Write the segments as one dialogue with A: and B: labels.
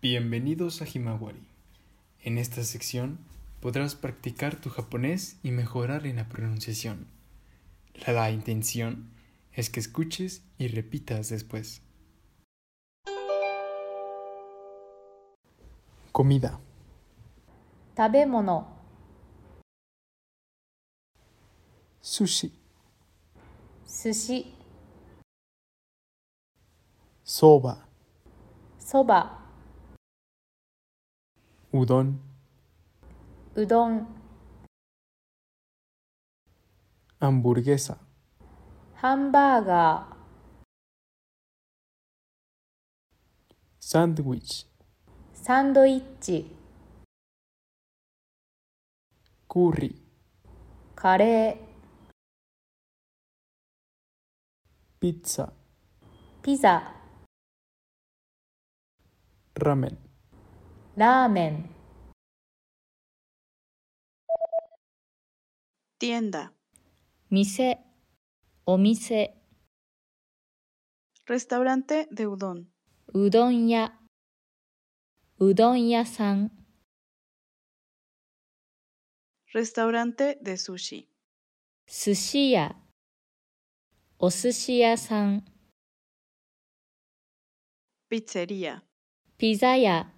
A: Bienvenidos a Himawari. En esta sección podrás practicar tu japonés y mejorar en la pronunciación. La, la intención es que escuches y repitas después. Comida,
B: 食べ物
A: sushi,
B: 寿司
A: soba,
B: そば
A: udon,
B: うどん
A: hamburguesa,
B: ハンバーガ
A: sándwich,
B: ーサンドイッチ
A: curry,
B: カレー
A: pizza,
B: ピザ
A: ramen,
B: ラーメン
C: Tienda,
D: 店お店
C: restaurante de udon,
D: うどん屋うどん屋さん
C: restaurante de sushi,
D: 寿司屋お寿司屋さん
C: pizzería,
D: ピザ屋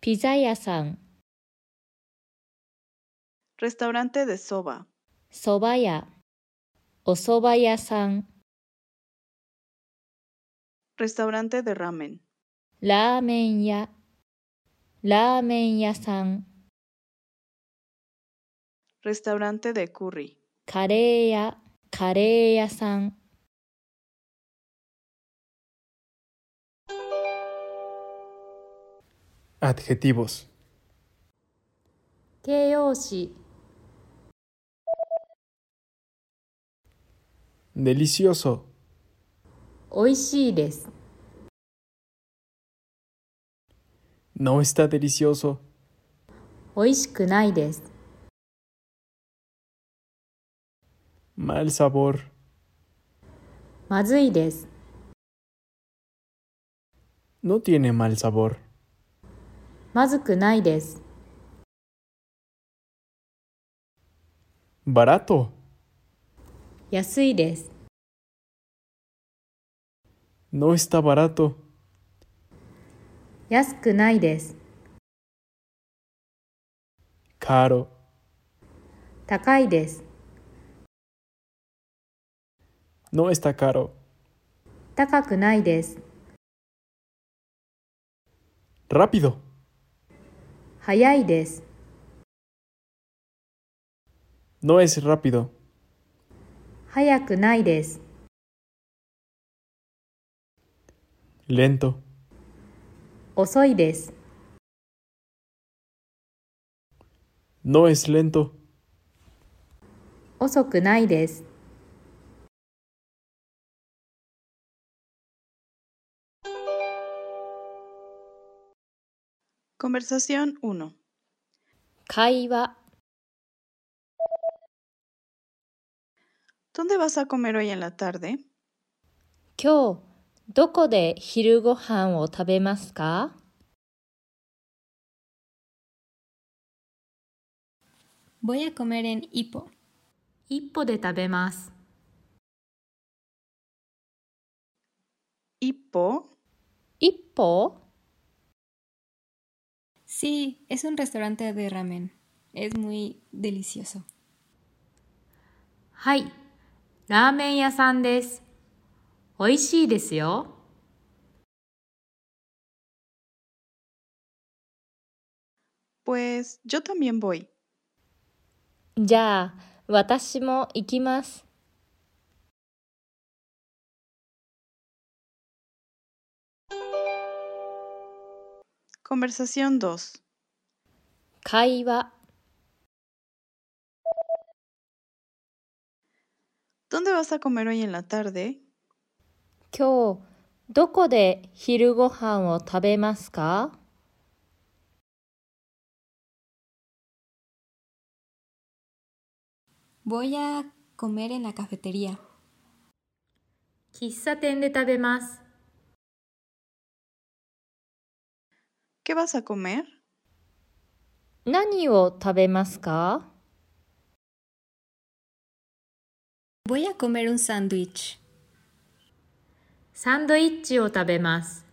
D: ピザ屋さん
C: restaurante de soba,
D: そば屋おそば屋さん
C: restaurante de ramen,
D: ラーメン屋ラーメン屋さん
C: restaurante de curry,
D: カレー屋カレー屋さん
A: adjetivos,
B: 形容詞
A: delicioso,
B: おいしいです
A: no está delicioso,
B: おいしくないです
A: mal sabor,
B: まずいです
A: no tiene mal sabor,
B: まずくないです
A: barato,
B: 安いです
A: no está barato,
B: 安くないです
A: caro,
B: 高いです
A: no está caro,
B: 高くないです
A: rápido,
B: 早いです
A: no es rápido,
B: 早くないです
A: lento,
B: 遅いです
A: no es lento,
B: 遅くないです
C: conversación 1,
D: 会話
C: ¿dónde vas a comer hoy en la tarde?
D: 今日どこで昼ご飯を食べますか
E: Voy a comer en Hippo.
B: 一歩で食べます
C: Hippo,
D: 一歩
E: Sí, es un restaurante de ramen. Es muy delicioso.
B: はい、ラーメン屋さんです。おいしいですよ。
C: pues yo también voy.
D: じゃあ私も行きます。
C: Conversación 2,
D: 会話
C: ¿dónde vas a comer hoy en la tarde?
D: 今日どこで昼ご飯を食べますか
E: Voy a comer en la cafetería.
B: 喫茶店で食べます。
C: ¿Qué vas a comer?
D: 何を食べますか
E: Voy a comer un sándwich.
B: サンドイッチを食べます。